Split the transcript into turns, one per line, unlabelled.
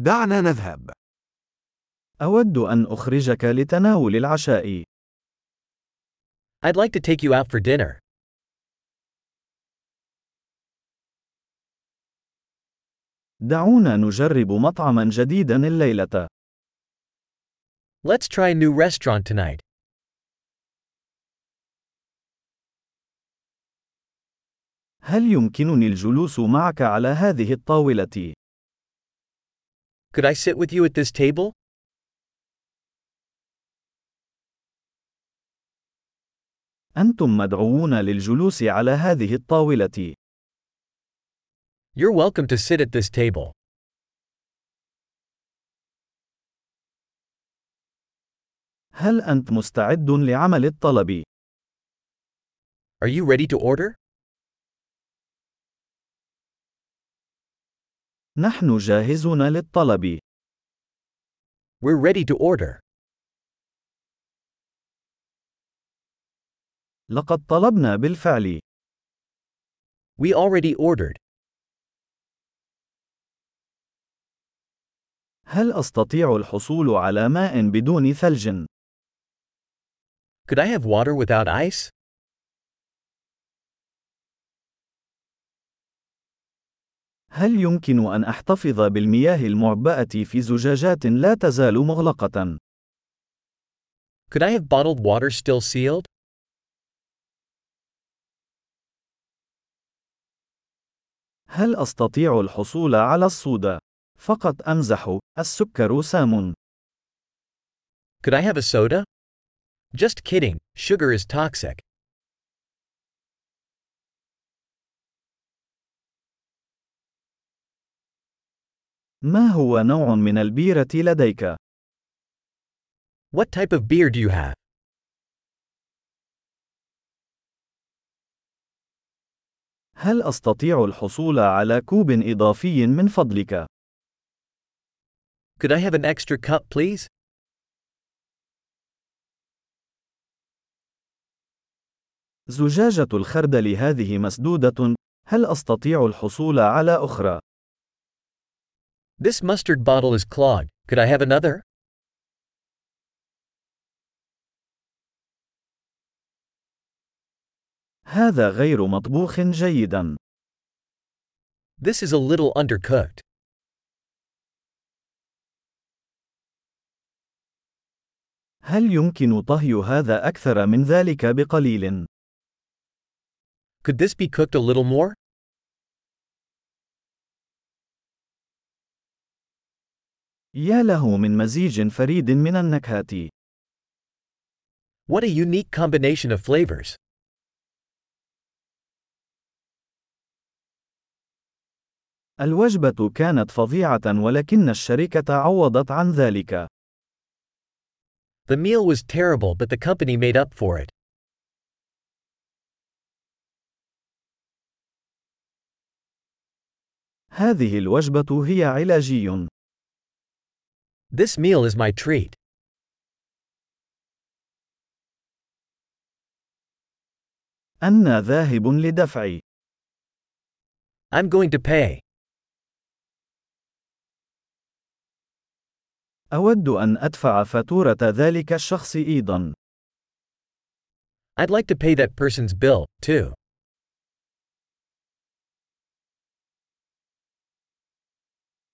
دعنا نذهب.
أود أن أخرجك لتناول العشاء.
I'd like to take you out for dinner.
دعونا نجرب مطعما جديدا الليلة.
Let's try a new restaurant tonight.
هل يمكنني الجلوس معك على هذه الطاولة؟
Could I sit with you at this table?
أنتم مدعوون للجلوس على هذه الطاولة.
You're welcome to sit at this table.
هل أنت مستعد لعمل الطلب؟
Are you ready to order?
نحن جاهزون للطلب.
We're ready to order.
لقد طلبنا بالفعل.
We already ordered.
هل أستطيع الحصول على ماء بدون ثلج؟
Could I have water without ice?
هل يمكن أن أحتفظ بالمياه المعبأة في زجاجات لا تزال مغلقة؟
Could I have bottled water still sealed?
هل أستطيع الحصول على الصودا؟ فقط أمزح، السكر سام.
Could I have a soda? Just kidding, sugar is toxic.
ما هو نوع من البيرة لديك؟
What type of beer do you have?
هل أستطيع الحصول على كوب إضافي من فضلك؟
Could I have an extra cup, please?
زجاجة الخردل هذه مسدودة، هل أستطيع الحصول على أخرى؟
This mustard bottle is clogged. Could I have another?
هذا غير مطبوخ جيدا.
This is a little undercooked.
هل يمكن طهي هذا أكثر من ذلك بقليل؟
Could this be cooked a little more?
يا له من مزيج فريد من النكهات.
What a unique combination of flavors.
الوجبة كانت فظيعة ولكن الشركة عوضت عن ذلك.
The meal was terrible, but the company made up for it.
هذه الوجبة هي علاجي.
This meal is my treat.
أنا ذاهب لدفع.
I'm going to pay.
أود أن أدفع فاتورة ذلك الشخص أيضاً.
I'd like to pay that person's bill, too.